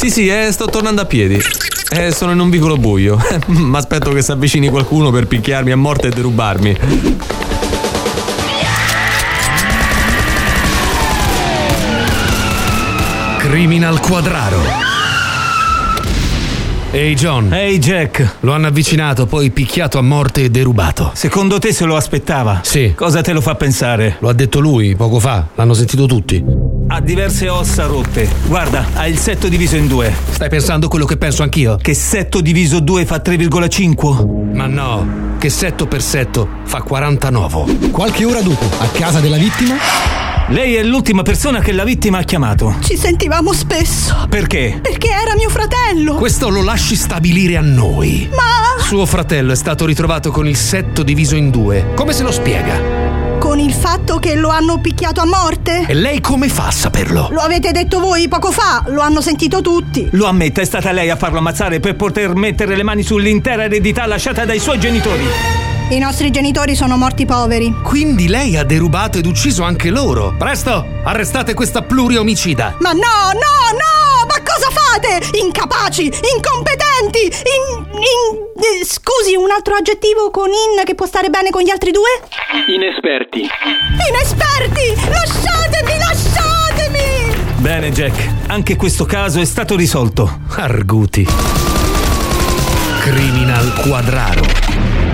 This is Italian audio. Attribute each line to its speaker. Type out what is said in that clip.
Speaker 1: Sì, sì, eh, sto tornando a piedi. Eh, sono in un vicolo buio. Ma aspetto che si avvicini qualcuno per picchiarmi a morte e derubarmi.
Speaker 2: Criminal Quadraro. Ehi John,
Speaker 3: Ehi Jack,
Speaker 2: lo hanno avvicinato, poi picchiato a morte e derubato.
Speaker 3: secondo te se lo aspettava?
Speaker 2: Sì.
Speaker 3: Cosa te lo fa pensare?
Speaker 2: Lo ha detto lui poco fa, l'hanno sentito tutti.
Speaker 3: Ha diverse ossa rotte. Guarda, ha il setto diviso in due.
Speaker 2: Stai pensando quello che penso anch'io?
Speaker 3: Che setto diviso 2 fa 3,5?
Speaker 2: Ma no, che setto per setto fa 49.
Speaker 4: Qualche ora dopo, a casa della vittima,
Speaker 3: Lei è l'ultima persona che la vittima ha chiamato.
Speaker 5: Ci sentivamo spesso.
Speaker 3: Perché?
Speaker 5: Perché era mio fratello.
Speaker 2: Questo lo lasci stabilire a noi.
Speaker 5: Ma
Speaker 2: Suo fratello è stato ritrovato con il setto diviso in due. Come se lo spiega?
Speaker 5: con il fatto che lo hanno picchiato a morte?
Speaker 2: E lei come fa a saperlo?
Speaker 5: Lo avete detto voi poco fa, lo hanno sentito tutti.
Speaker 3: Lo ammetta, è stata lei a farlo ammazzare per poter mettere le mani sull'intera eredità lasciata dai suoi genitori.
Speaker 5: I nostri genitori sono morti poveri.
Speaker 2: Quindi lei ha derubato ed ucciso anche loro. Presto, arrestate questa pluriomicida.
Speaker 5: Ma no, no, no! Ma cosa fate? Incapaci, incompetenti, in... in- eh, scusi, un altro aggettivo con in che può stare bene con gli altri due?
Speaker 6: Inesperti.
Speaker 5: Inesperti! Lasciatemi, lasciatemi!
Speaker 3: Bene Jack, anche questo caso è stato risolto.
Speaker 2: Arguti. Criminal Quadraro.